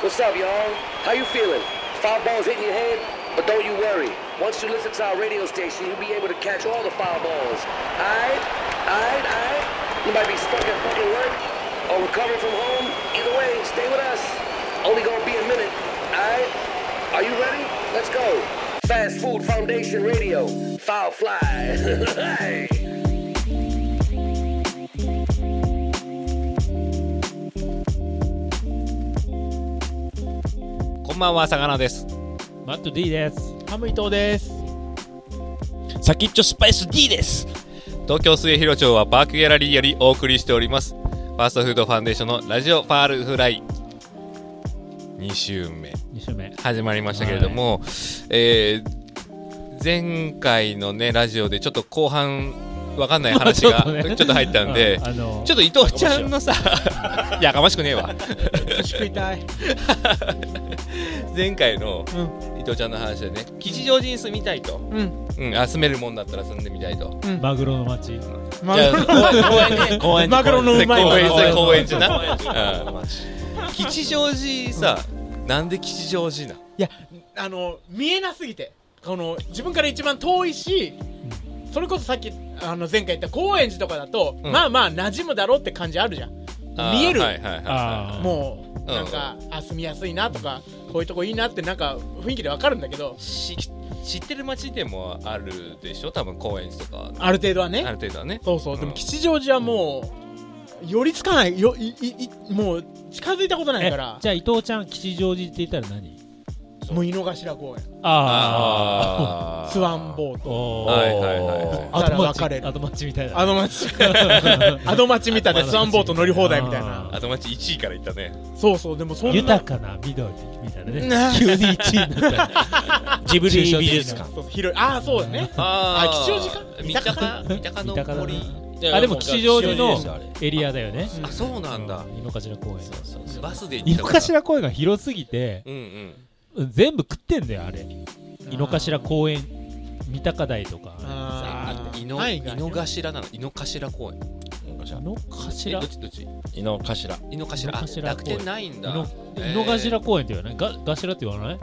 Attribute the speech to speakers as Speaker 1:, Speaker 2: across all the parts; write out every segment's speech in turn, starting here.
Speaker 1: What's up, y'all? How you feeling? Foul balls hitting your head? But don't you worry. Once you listen to our radio station, you'll be able to catch all the foul balls. Aight? Aight? Aight? You might be stuck at fucking work or recovering from home. Either way, stay with us. Only gonna be a minute. Aight? Are you ready? Let's go. Fast Food Foundation Radio. Foul fly. Hey.
Speaker 2: こんばんは、さかなです。
Speaker 3: マット D です。ハム伊藤です。
Speaker 4: 先っちょスパイス D です
Speaker 2: 東京末広町はパークギャラリーよりお送りしております。ファーストフードファンデーションのラジオパールフライ。2週目、
Speaker 3: 二週目。
Speaker 2: 始まりましたけれども、えー前回のね、ラジオでちょっと後半、わかんない話が
Speaker 3: ちょっとね
Speaker 2: ちょっと入ったんで
Speaker 3: うん、あの
Speaker 2: ちょっと伊藤ちゃんのさ、い や、かましくねえわ。
Speaker 3: 食いたい。
Speaker 2: 前回の
Speaker 4: う
Speaker 2: 伊藤ちゃんの話でね、吉祥寺に住みたいと。
Speaker 4: うん
Speaker 2: うん、あ住めるもんだったら住んでみたいと。
Speaker 3: マグロの街。
Speaker 4: マ
Speaker 2: じゃあ公園ね
Speaker 4: 公園
Speaker 3: マグロのうまい
Speaker 2: 公園
Speaker 3: 公園
Speaker 2: 公園じゃな
Speaker 4: な
Speaker 2: 吉祥寺さ、なんで吉祥寺ない
Speaker 5: やあの見えなすぎてこの自分から一番遠いし、それこそさっきあの前回言った高円寺とかだと、
Speaker 2: うん
Speaker 5: まあまあ馴染むだろうって感じあるじゃん
Speaker 2: あー
Speaker 5: 見える
Speaker 2: はいはいはいは
Speaker 3: あー
Speaker 5: もう
Speaker 2: うん
Speaker 5: なんか、あ住みやすいなとかこういうとこいいなってなんか雰囲気でわかるんだけど
Speaker 2: いし知ってる街でもあるでしょ多分高円寺とか
Speaker 5: ある程度は
Speaker 2: あ
Speaker 5: ね
Speaker 2: る程度はね
Speaker 5: そうそうで
Speaker 2: うん
Speaker 5: も吉祥寺はもう寄りつかないよいいいもう近づいたことない
Speaker 3: え
Speaker 5: から
Speaker 3: じゃあ伊藤ちゃん吉祥寺って言ったら何？
Speaker 5: もう井の頭公園
Speaker 3: あ
Speaker 2: あー
Speaker 5: スワンボー
Speaker 3: あ。
Speaker 5: ト
Speaker 3: お
Speaker 2: はいはいはいはい
Speaker 3: あと
Speaker 5: だから分かれる
Speaker 3: あとみたいな。
Speaker 5: あの 街 あの街みたいなスワンボート乗り放題みたいな
Speaker 2: あと街1位から行ったね
Speaker 5: そうそうでもそんな
Speaker 3: 豊かな緑みたいなね。急に一位になった。
Speaker 4: ジブリ美術館
Speaker 5: そうそう広いああそうだね
Speaker 2: あ
Speaker 5: ーあ吉祥寺か
Speaker 2: 三鷹三鷹の
Speaker 3: 三鷹だ
Speaker 2: 森
Speaker 3: な。あでも吉祥寺のエリアだよね。
Speaker 2: あそうなんだ
Speaker 3: 井の頭公園。
Speaker 2: バスで行
Speaker 3: 井
Speaker 2: った
Speaker 3: の
Speaker 2: から
Speaker 3: 頭公園が広すぎて
Speaker 2: うんうん
Speaker 3: 全部食ってんだよあれ。井の頭公園三鷹台とか。
Speaker 5: あー
Speaker 2: 井の井
Speaker 5: 範囲が
Speaker 2: の頭なの井の頭公園
Speaker 3: 井の
Speaker 2: えど
Speaker 3: 頭
Speaker 2: っちどっち
Speaker 4: 井の頭
Speaker 2: 井の頭あ
Speaker 3: 井の頭公園
Speaker 2: 楽天ないんだ
Speaker 3: 井
Speaker 2: えー
Speaker 3: の井の頭公園って言わないが頭って言わない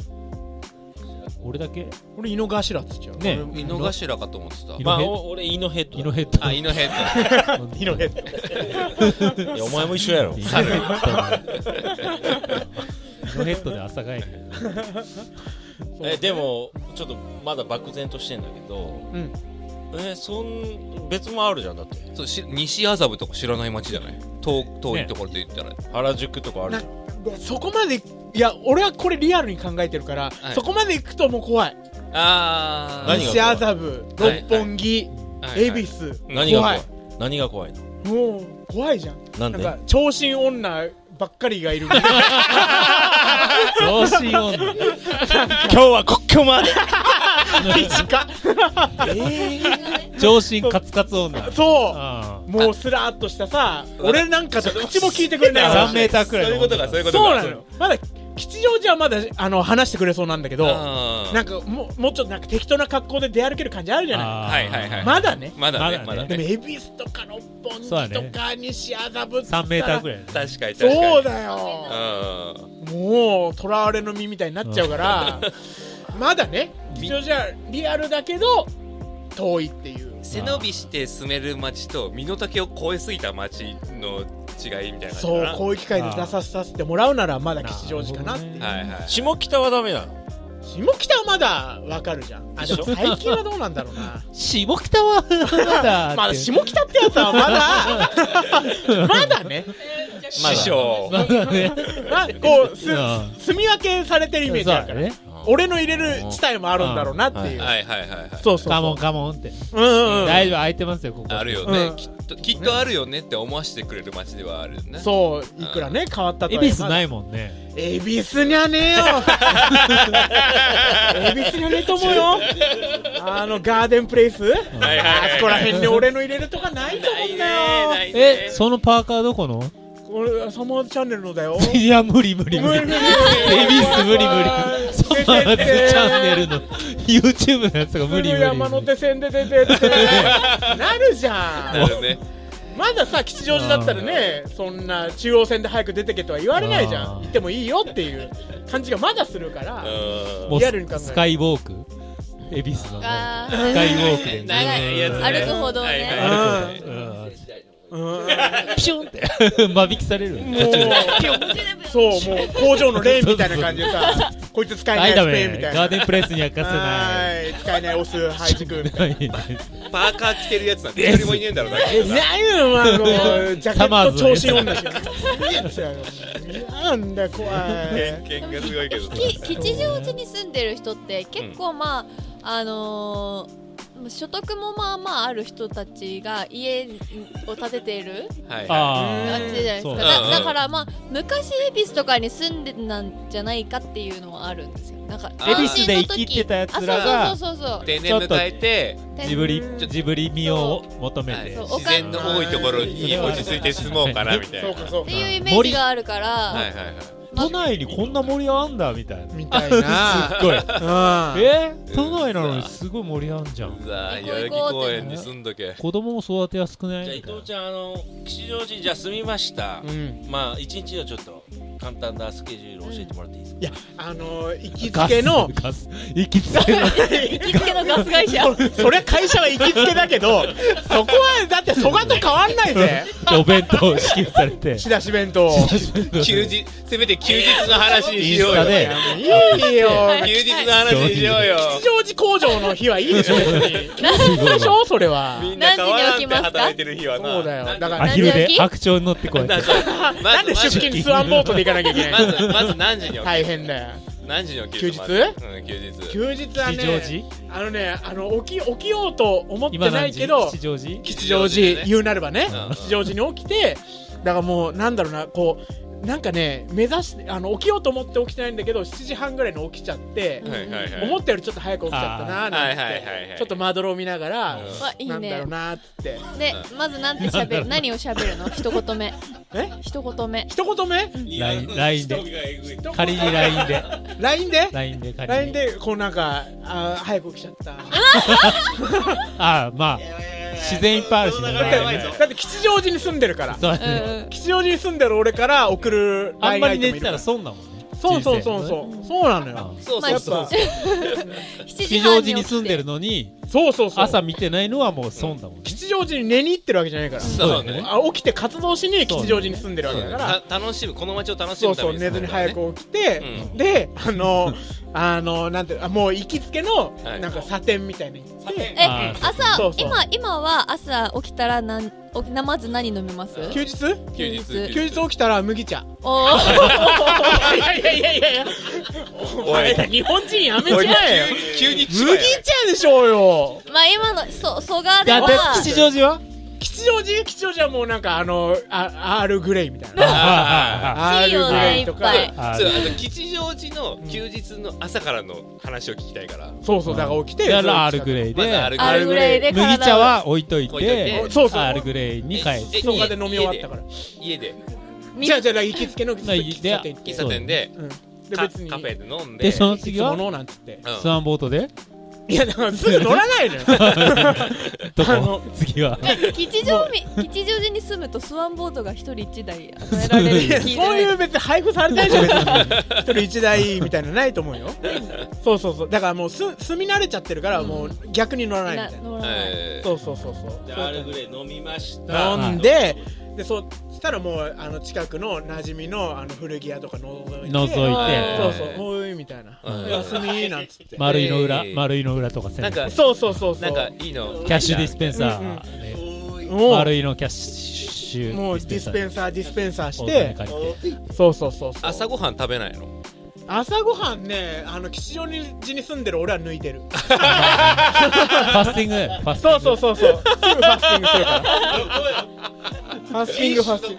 Speaker 3: 俺だけ
Speaker 5: 俺井の頭っつっちゃう
Speaker 3: ね
Speaker 2: 井の頭かと思ってた
Speaker 3: 井の
Speaker 4: まあお俺井のヘッド
Speaker 3: 井のヘッド
Speaker 2: あ井のヘッド
Speaker 3: 井のヘッ
Speaker 4: いやお前も一緒やろ
Speaker 3: ド井のヘッド井のヘッドで朝帰り
Speaker 4: えでもちょっとまだ漠然としてんだけど
Speaker 5: うん
Speaker 4: えそん別もあるじゃんだって
Speaker 2: そうし西麻布とか知らない街じゃない遠遠いところで言ったら、
Speaker 4: 原宿とかあるじゃん
Speaker 5: そこまでいや俺はこれリアルに考えてるから、
Speaker 2: い
Speaker 5: そこまで行くともう怖い
Speaker 2: あー
Speaker 4: 何が
Speaker 5: 西麻布
Speaker 2: はい
Speaker 5: 六本木
Speaker 2: はいはい
Speaker 5: 恵比寿
Speaker 4: 何が怖い何が怖いの
Speaker 5: もう怖いじゃん
Speaker 4: なん
Speaker 5: な
Speaker 4: で
Speaker 5: んか長身女ばっかりがいる
Speaker 3: 調子よん
Speaker 4: 今日は国 境まで
Speaker 5: 短
Speaker 3: 調子カツカツ女
Speaker 5: そ
Speaker 3: あ
Speaker 5: うもうスラーっとしたさ俺なんかと口も聞いてくれない
Speaker 3: 3メーターく
Speaker 2: そう
Speaker 3: らい
Speaker 2: いうことかそういうことか
Speaker 5: そうなのよまだ吉祥寺はまだあの話してくれそうなんだけど
Speaker 2: あー
Speaker 5: なんかもうもうちょっとなんか適当な格好で出歩ける感じあるじゃない
Speaker 2: はいはいはい
Speaker 5: まだね
Speaker 2: まだねま
Speaker 3: ま
Speaker 2: だ
Speaker 3: だね
Speaker 5: でも
Speaker 2: ね
Speaker 5: 恵比寿とか六本木
Speaker 3: そうだね
Speaker 5: とか西麻布
Speaker 3: 3メーターく
Speaker 5: らい
Speaker 3: らいだね
Speaker 2: 確かに確かに
Speaker 5: そう
Speaker 2: よ
Speaker 5: だ
Speaker 2: う
Speaker 5: よ
Speaker 2: ん
Speaker 5: もう囚われの身みたいになっちゃうからまだね吉祥寺はリアルだけど遠いっていう
Speaker 2: 背伸びして住める街と身の丈を越えすぎた街の違いみたいな感じ
Speaker 5: そ
Speaker 2: か
Speaker 5: う
Speaker 2: な
Speaker 5: こういう機会で出させてもらうならまだ吉祥寺かなっていう
Speaker 3: なるほどね
Speaker 2: はいはい
Speaker 4: 下北はダメなの
Speaker 5: 下北はまだわかるじゃんあでも最近はどうなんだろうな
Speaker 3: 下北はまだ
Speaker 5: まだ下北ってやつはま だまだね、
Speaker 2: 師匠
Speaker 3: まだね
Speaker 5: まこうす
Speaker 3: うん
Speaker 5: 住み分けされてるイメージあるから、
Speaker 3: ね
Speaker 5: 俺の入れる地帯もあるんだろうなっていう、
Speaker 2: はいはいはいはい
Speaker 5: そうそう
Speaker 3: カモ
Speaker 5: そ
Speaker 3: ンカモンって
Speaker 5: ううんうん、
Speaker 3: 大丈夫空いてますよここ
Speaker 2: あるよね、
Speaker 5: うん
Speaker 2: きっときっとあるよねって思わせてくれる街ではあるね
Speaker 5: そういくらね変わったと
Speaker 3: 恵比寿ないいもんね
Speaker 5: 恵比寿にゃねえよ 恵比寿にゃねえと思うよあのガーデンプレイス
Speaker 2: はいはいはい
Speaker 5: あそこら辺に俺の入れるとかないと思うんだよ
Speaker 2: い
Speaker 3: えそのパーカーどこの
Speaker 5: 俺サマーズチャンネルのだよ
Speaker 3: いや 無理無理無 理恵比寿無理無理サマーズチャンネルの YouTube のやつが無理無理
Speaker 5: 山手線で出てってなるじゃ
Speaker 2: なんるね
Speaker 5: まださ吉祥寺だったらねそんな中央線で早く出てけとは言われないじ
Speaker 3: あ
Speaker 5: ゃん
Speaker 3: ー
Speaker 5: 行ってもいいよっていう感じがまだするから
Speaker 3: もう
Speaker 5: リアルに考える
Speaker 3: スカイウォーク恵比寿のね
Speaker 6: あ
Speaker 3: スカイウォークでね
Speaker 6: 長い歩くほどね
Speaker 2: はいはい
Speaker 5: あ
Speaker 3: 歩くのね
Speaker 5: うん
Speaker 3: うんピシュンって間引きされる
Speaker 5: もうそうもう工場のレーンみたいな感じで さこいつ使えな
Speaker 3: はいい
Speaker 5: スペ
Speaker 3: ダ
Speaker 5: ーン
Speaker 3: メ
Speaker 5: みた
Speaker 3: ガ
Speaker 5: い
Speaker 3: ー
Speaker 5: な
Speaker 3: デンプレイスには貸せな
Speaker 5: はーい使えないオス配置く んみたいない
Speaker 2: パーカー着てるやつなんて一人もいねえんだろうな
Speaker 5: え、なんやお前あのジャケ
Speaker 3: サマー
Speaker 5: ット
Speaker 3: ズの
Speaker 5: 調
Speaker 3: やつ
Speaker 5: 子女しかなん だ怖い
Speaker 2: 偏見がすごいけど
Speaker 6: き吉祥寺に住んでる人って結構まあ、あのー所得もまあまあある人たちが家を建てている
Speaker 2: はいは
Speaker 3: あ
Speaker 6: あっちじゃないです
Speaker 3: そ
Speaker 6: か
Speaker 3: う
Speaker 6: だ
Speaker 2: うん
Speaker 6: だからまあ昔恵比寿とかに住んでなんじゃないかっていうのはあるんですよなんか
Speaker 2: あー
Speaker 6: 単身の時
Speaker 3: 恵比寿で生きてた奴らが
Speaker 6: あそうそうそうそう
Speaker 2: い定年迎えて
Speaker 6: そう
Speaker 3: ジブリジブリ味を求め
Speaker 2: はい
Speaker 3: て
Speaker 6: そう
Speaker 2: 自然の多いところに落ち着いて住もうかなみたいな
Speaker 5: そうかそ
Speaker 6: っ
Speaker 5: うか
Speaker 6: ていうイメージがあるから、
Speaker 2: はいはいはい
Speaker 3: 都内にこんな森あんだみたいな
Speaker 5: みたい
Speaker 3: すっ
Speaker 5: な
Speaker 3: ごい
Speaker 5: うん
Speaker 3: え都内なのにすごい森あんじゃん
Speaker 2: うわあ
Speaker 6: 行
Speaker 2: 代
Speaker 6: こ
Speaker 2: 々木
Speaker 6: う行こう
Speaker 2: 公園に住んどけ
Speaker 3: 子供も育てやすくない
Speaker 4: じゃあ伊
Speaker 3: みたい
Speaker 4: 藤ちゃんあの吉祥寺じゃあ住みました、
Speaker 5: うん
Speaker 4: まあ一日のちょっと簡単なスケジュール教えてもらっていいですか、
Speaker 5: いやあの行き
Speaker 3: な
Speaker 5: つけの
Speaker 3: ガス行きつけの
Speaker 6: 行きつけのガス会社
Speaker 5: それ会社は行きつけだけどそこはだって蘇我と変わんないぜ
Speaker 3: お弁当を支給されて
Speaker 5: 仕出し弁当
Speaker 2: 休日せめて休日の話に
Speaker 3: イン
Speaker 2: しよ
Speaker 3: ス
Speaker 2: う
Speaker 3: タ
Speaker 2: よ
Speaker 3: で
Speaker 5: いいよ
Speaker 2: 休日の話にしようよ
Speaker 5: 吉祥寺工場の日はいいでしょ別に休日でしょそれは
Speaker 2: みんな変わらんって
Speaker 6: 何時に起きますか
Speaker 2: 働いてる日はな
Speaker 5: そうだよだから
Speaker 3: アヒルで白鳥に乗ってこうや
Speaker 2: な
Speaker 3: っ
Speaker 2: ん
Speaker 3: て
Speaker 2: かま
Speaker 5: なん
Speaker 2: ず
Speaker 5: で出勤スワンボートで行かなきゃいけ
Speaker 2: ま
Speaker 5: ないの
Speaker 2: ずまず何時に起き
Speaker 5: 大
Speaker 2: る
Speaker 5: 変だよ
Speaker 2: 何時に起きるのまずうん休日
Speaker 5: 休日は
Speaker 3: 吉祥
Speaker 5: ね
Speaker 3: 寺
Speaker 5: あのねあの起き起きようと思って
Speaker 3: 今
Speaker 5: な
Speaker 3: 何
Speaker 5: い
Speaker 3: 時
Speaker 5: けど
Speaker 3: 吉祥寺
Speaker 5: 吉祥寺
Speaker 2: ね
Speaker 5: 言うなればね
Speaker 2: うん
Speaker 5: 吉祥寺に起きてだからもうなんだろうなこうなんかね目指してあの起きようと思って起きてないんだけど7時半ぐらいに起きちゃって
Speaker 6: うん
Speaker 2: はいはいはい
Speaker 5: 思ったよりちょっと早く起きちゃったなーなんて
Speaker 2: はいはいはいはい
Speaker 5: ちょっとまどろを見ながら
Speaker 2: うん
Speaker 6: まあいい
Speaker 5: なんだろ
Speaker 6: ね
Speaker 5: うなーっつって
Speaker 6: でまずなんてしゃべる何をしゃべるの一言目
Speaker 5: え
Speaker 6: 一言目
Speaker 5: 一言目
Speaker 3: LINE LINE で
Speaker 5: 一言
Speaker 3: 仮に LINE で
Speaker 5: LINE で
Speaker 3: LINE で仮に
Speaker 5: LINE でこうなんかあー早く起きちゃった
Speaker 3: ああまあ自然いっぱいあるしね
Speaker 2: やばいぞ
Speaker 5: だって吉祥寺に住んでるから
Speaker 3: そう
Speaker 6: うんうん
Speaker 5: 吉祥寺に住んでる俺から送る
Speaker 3: あん
Speaker 5: LINE
Speaker 3: ま
Speaker 5: が
Speaker 3: り寝
Speaker 5: 入ってて
Speaker 3: た
Speaker 5: もい
Speaker 3: ら
Speaker 5: る
Speaker 3: 損なもんね
Speaker 5: からそうそうそう
Speaker 3: う
Speaker 5: そうそうなのよ
Speaker 2: そう
Speaker 6: まあ
Speaker 2: そ
Speaker 5: や
Speaker 2: う
Speaker 5: っ
Speaker 2: そう
Speaker 5: ぱ
Speaker 6: 7時
Speaker 3: 吉
Speaker 6: 半
Speaker 3: 祥寺
Speaker 6: に起
Speaker 3: に
Speaker 6: き
Speaker 3: 住んでるのに
Speaker 5: そうそうそう
Speaker 3: 朝見てないのはもう損だもんね
Speaker 5: 吉祥寺に寝に行ってるわけじゃないから
Speaker 2: そうね
Speaker 5: あ起きて活動しに吉祥寺に住んでるわけだから
Speaker 2: た楽しむこの街を楽し
Speaker 5: そう
Speaker 2: むた
Speaker 5: そ
Speaker 2: め
Speaker 5: う
Speaker 2: に
Speaker 5: 寝ずに早
Speaker 2: ね
Speaker 5: く起きて
Speaker 2: う
Speaker 5: であのあのなんていうのあもう行きつけの
Speaker 2: はい
Speaker 5: なんかサテンみたいに行って
Speaker 6: え
Speaker 3: あー
Speaker 6: 朝
Speaker 5: そうそう
Speaker 6: 今今は朝起きたらなんおなまず何飲みます
Speaker 5: 休日
Speaker 2: 休日
Speaker 6: 休日
Speaker 5: 休日起きたら麦茶
Speaker 6: おー
Speaker 5: いやいやいやいやいやお
Speaker 2: おい
Speaker 5: 前ら日本人やめち
Speaker 2: お
Speaker 5: ま
Speaker 2: い
Speaker 5: えよ
Speaker 2: 急に急に来たよ
Speaker 5: 麦茶でしょうよ
Speaker 6: まあ今のそ蘇我で
Speaker 3: だって
Speaker 6: は
Speaker 3: 吉祥寺は
Speaker 5: 吉祥寺吉祥寺はもうなんかあのあアールグレイみたいな
Speaker 2: あ
Speaker 5: アー
Speaker 6: いい
Speaker 5: ル
Speaker 6: よ
Speaker 5: グレ
Speaker 6: ねい
Speaker 5: イと
Speaker 6: っ
Speaker 5: か
Speaker 6: ぱい
Speaker 2: あそうあの吉祥寺の休日の朝からの話を聞きたいから
Speaker 5: そうそうだから起きて
Speaker 3: だからアールグレイ
Speaker 2: まずあ
Speaker 3: で
Speaker 2: る
Speaker 6: あるぐらいで体を
Speaker 3: 麦茶は置いとい
Speaker 2: 置いといて
Speaker 3: て
Speaker 5: そうそう
Speaker 3: アールグレイに帰って
Speaker 2: え
Speaker 5: そうかで飲み終わったから
Speaker 2: 家で
Speaker 5: じゃあじゃあ行きつけの喫茶
Speaker 3: ない
Speaker 5: 喫茶店行って
Speaker 2: 喫茶店で
Speaker 5: うんで
Speaker 2: カカフ
Speaker 5: 別に
Speaker 2: ェで飲んで
Speaker 3: でその
Speaker 5: い
Speaker 3: 次
Speaker 5: つも
Speaker 3: は
Speaker 5: のなんつって
Speaker 2: うん
Speaker 3: スワンボートで
Speaker 5: いやだからすぐ乗らないのよ
Speaker 3: ど
Speaker 5: あ
Speaker 3: こ
Speaker 5: の
Speaker 3: 次は
Speaker 6: 吉祥寺吉祥寺に住むとスワンボートが一人一台与えられるって聞い て
Speaker 5: そういうう別に配布されないじゃん別に一人一台みたいなのないと思うよそうそうそうだからもうす住み慣れちゃってるからもう逆に乗らないみたいな
Speaker 2: えー
Speaker 5: そうそうそうそう
Speaker 4: じゃあアールグレイ飲みました
Speaker 5: 飲んででそうしたらもうあの近くの馴染みのあの古着屋とか覗いて
Speaker 3: 覗い
Speaker 2: え
Speaker 3: て
Speaker 5: そうそうおーいみたいな
Speaker 2: うん
Speaker 5: 休みなんつって
Speaker 3: 丸いの裏
Speaker 2: えー
Speaker 3: 丸いの裏とかせ
Speaker 2: なんか
Speaker 5: そうそうそうそ
Speaker 2: な
Speaker 5: うん
Speaker 2: かいいの
Speaker 3: キャッシュディスペンサ
Speaker 5: うんうん
Speaker 3: ーね
Speaker 5: もう
Speaker 3: 丸いのキャッシュ
Speaker 5: もうディスペン
Speaker 3: サ
Speaker 5: サーディスペンサーし
Speaker 3: お金
Speaker 5: て
Speaker 3: 借りて
Speaker 5: そうそうそうそう
Speaker 2: 朝ごはん食べないの
Speaker 5: 朝ごはんねあの吉祥寺に住んでる俺は抜いてる
Speaker 3: ファスティングだよファスティン
Speaker 5: そ
Speaker 3: グ
Speaker 5: うそうそうそうすぐファスティングするからファスティングファスティン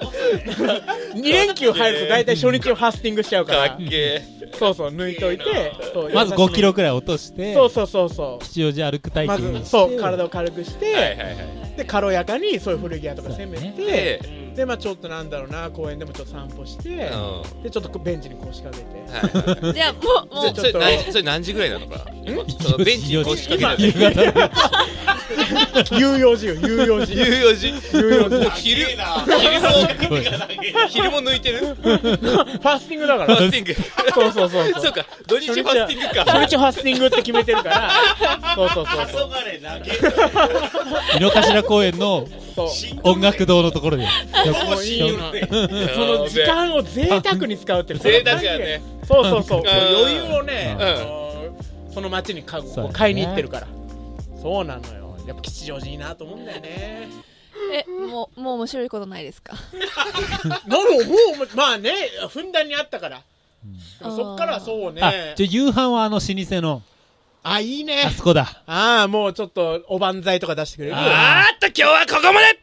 Speaker 5: グ2連休入ると大体初日をファスティングしちゃうか
Speaker 2: からっけ
Speaker 5: そうそう抜いといてそう
Speaker 3: まず
Speaker 5: 優しい
Speaker 3: 5キロくらい落として
Speaker 5: そうそうそうそ
Speaker 3: 吉祥寺歩く
Speaker 5: う
Speaker 3: 体
Speaker 5: ま
Speaker 3: 験
Speaker 5: ず
Speaker 3: に
Speaker 5: そう体を軽くし
Speaker 2: ーはい
Speaker 5: て
Speaker 2: はいはい
Speaker 5: で軽やかにそういう古着屋とか攻め
Speaker 3: そ
Speaker 5: て
Speaker 2: で
Speaker 5: でまあちょっとなんだろうな公園でもちょっと散歩して
Speaker 2: うんは
Speaker 5: でちょっとこうベンチに腰掛けて
Speaker 2: いはい
Speaker 6: じゃあもうも
Speaker 2: そうそれ何それ何時ぐらいなのかなそのベンチに腰掛け
Speaker 3: 夕
Speaker 2: て
Speaker 3: 方
Speaker 5: 有用事よ 有用事
Speaker 2: 有用事
Speaker 5: 有用事
Speaker 2: 昼
Speaker 4: いいな
Speaker 2: 昼も 昼も抜いてる
Speaker 5: ファスティングだか
Speaker 2: フ
Speaker 5: ら
Speaker 2: ァスティング
Speaker 5: そうそうそう
Speaker 2: そうか土日ファスティングか
Speaker 5: 初日ファスティングって決めてるからそうそうそうそう
Speaker 3: 井の頭公園の
Speaker 5: そう
Speaker 3: 音楽堂のとこ ろで。
Speaker 5: もういいよな
Speaker 2: そ
Speaker 5: その時間を贅沢に使うっていう
Speaker 2: 贅沢やね
Speaker 5: そうそうそう
Speaker 2: うん
Speaker 5: 余裕をね、
Speaker 2: うん
Speaker 5: あのーその町にか
Speaker 3: そうだね
Speaker 5: 買いに行ってるからそうなのよやっぱ吉祥寺いいなと思うんだよね
Speaker 6: え、もう、もう面白いことないですか。
Speaker 5: なんかもうまあねふんだんにあったから、でもそっからそう
Speaker 3: あ、
Speaker 5: ね
Speaker 3: じゃあ夕飯はあの老舗の、
Speaker 5: あいいね
Speaker 3: あそこだ。
Speaker 5: ああもうちょっとおばんざいとか出してくれる
Speaker 3: あ
Speaker 2: あーっと今日はここまで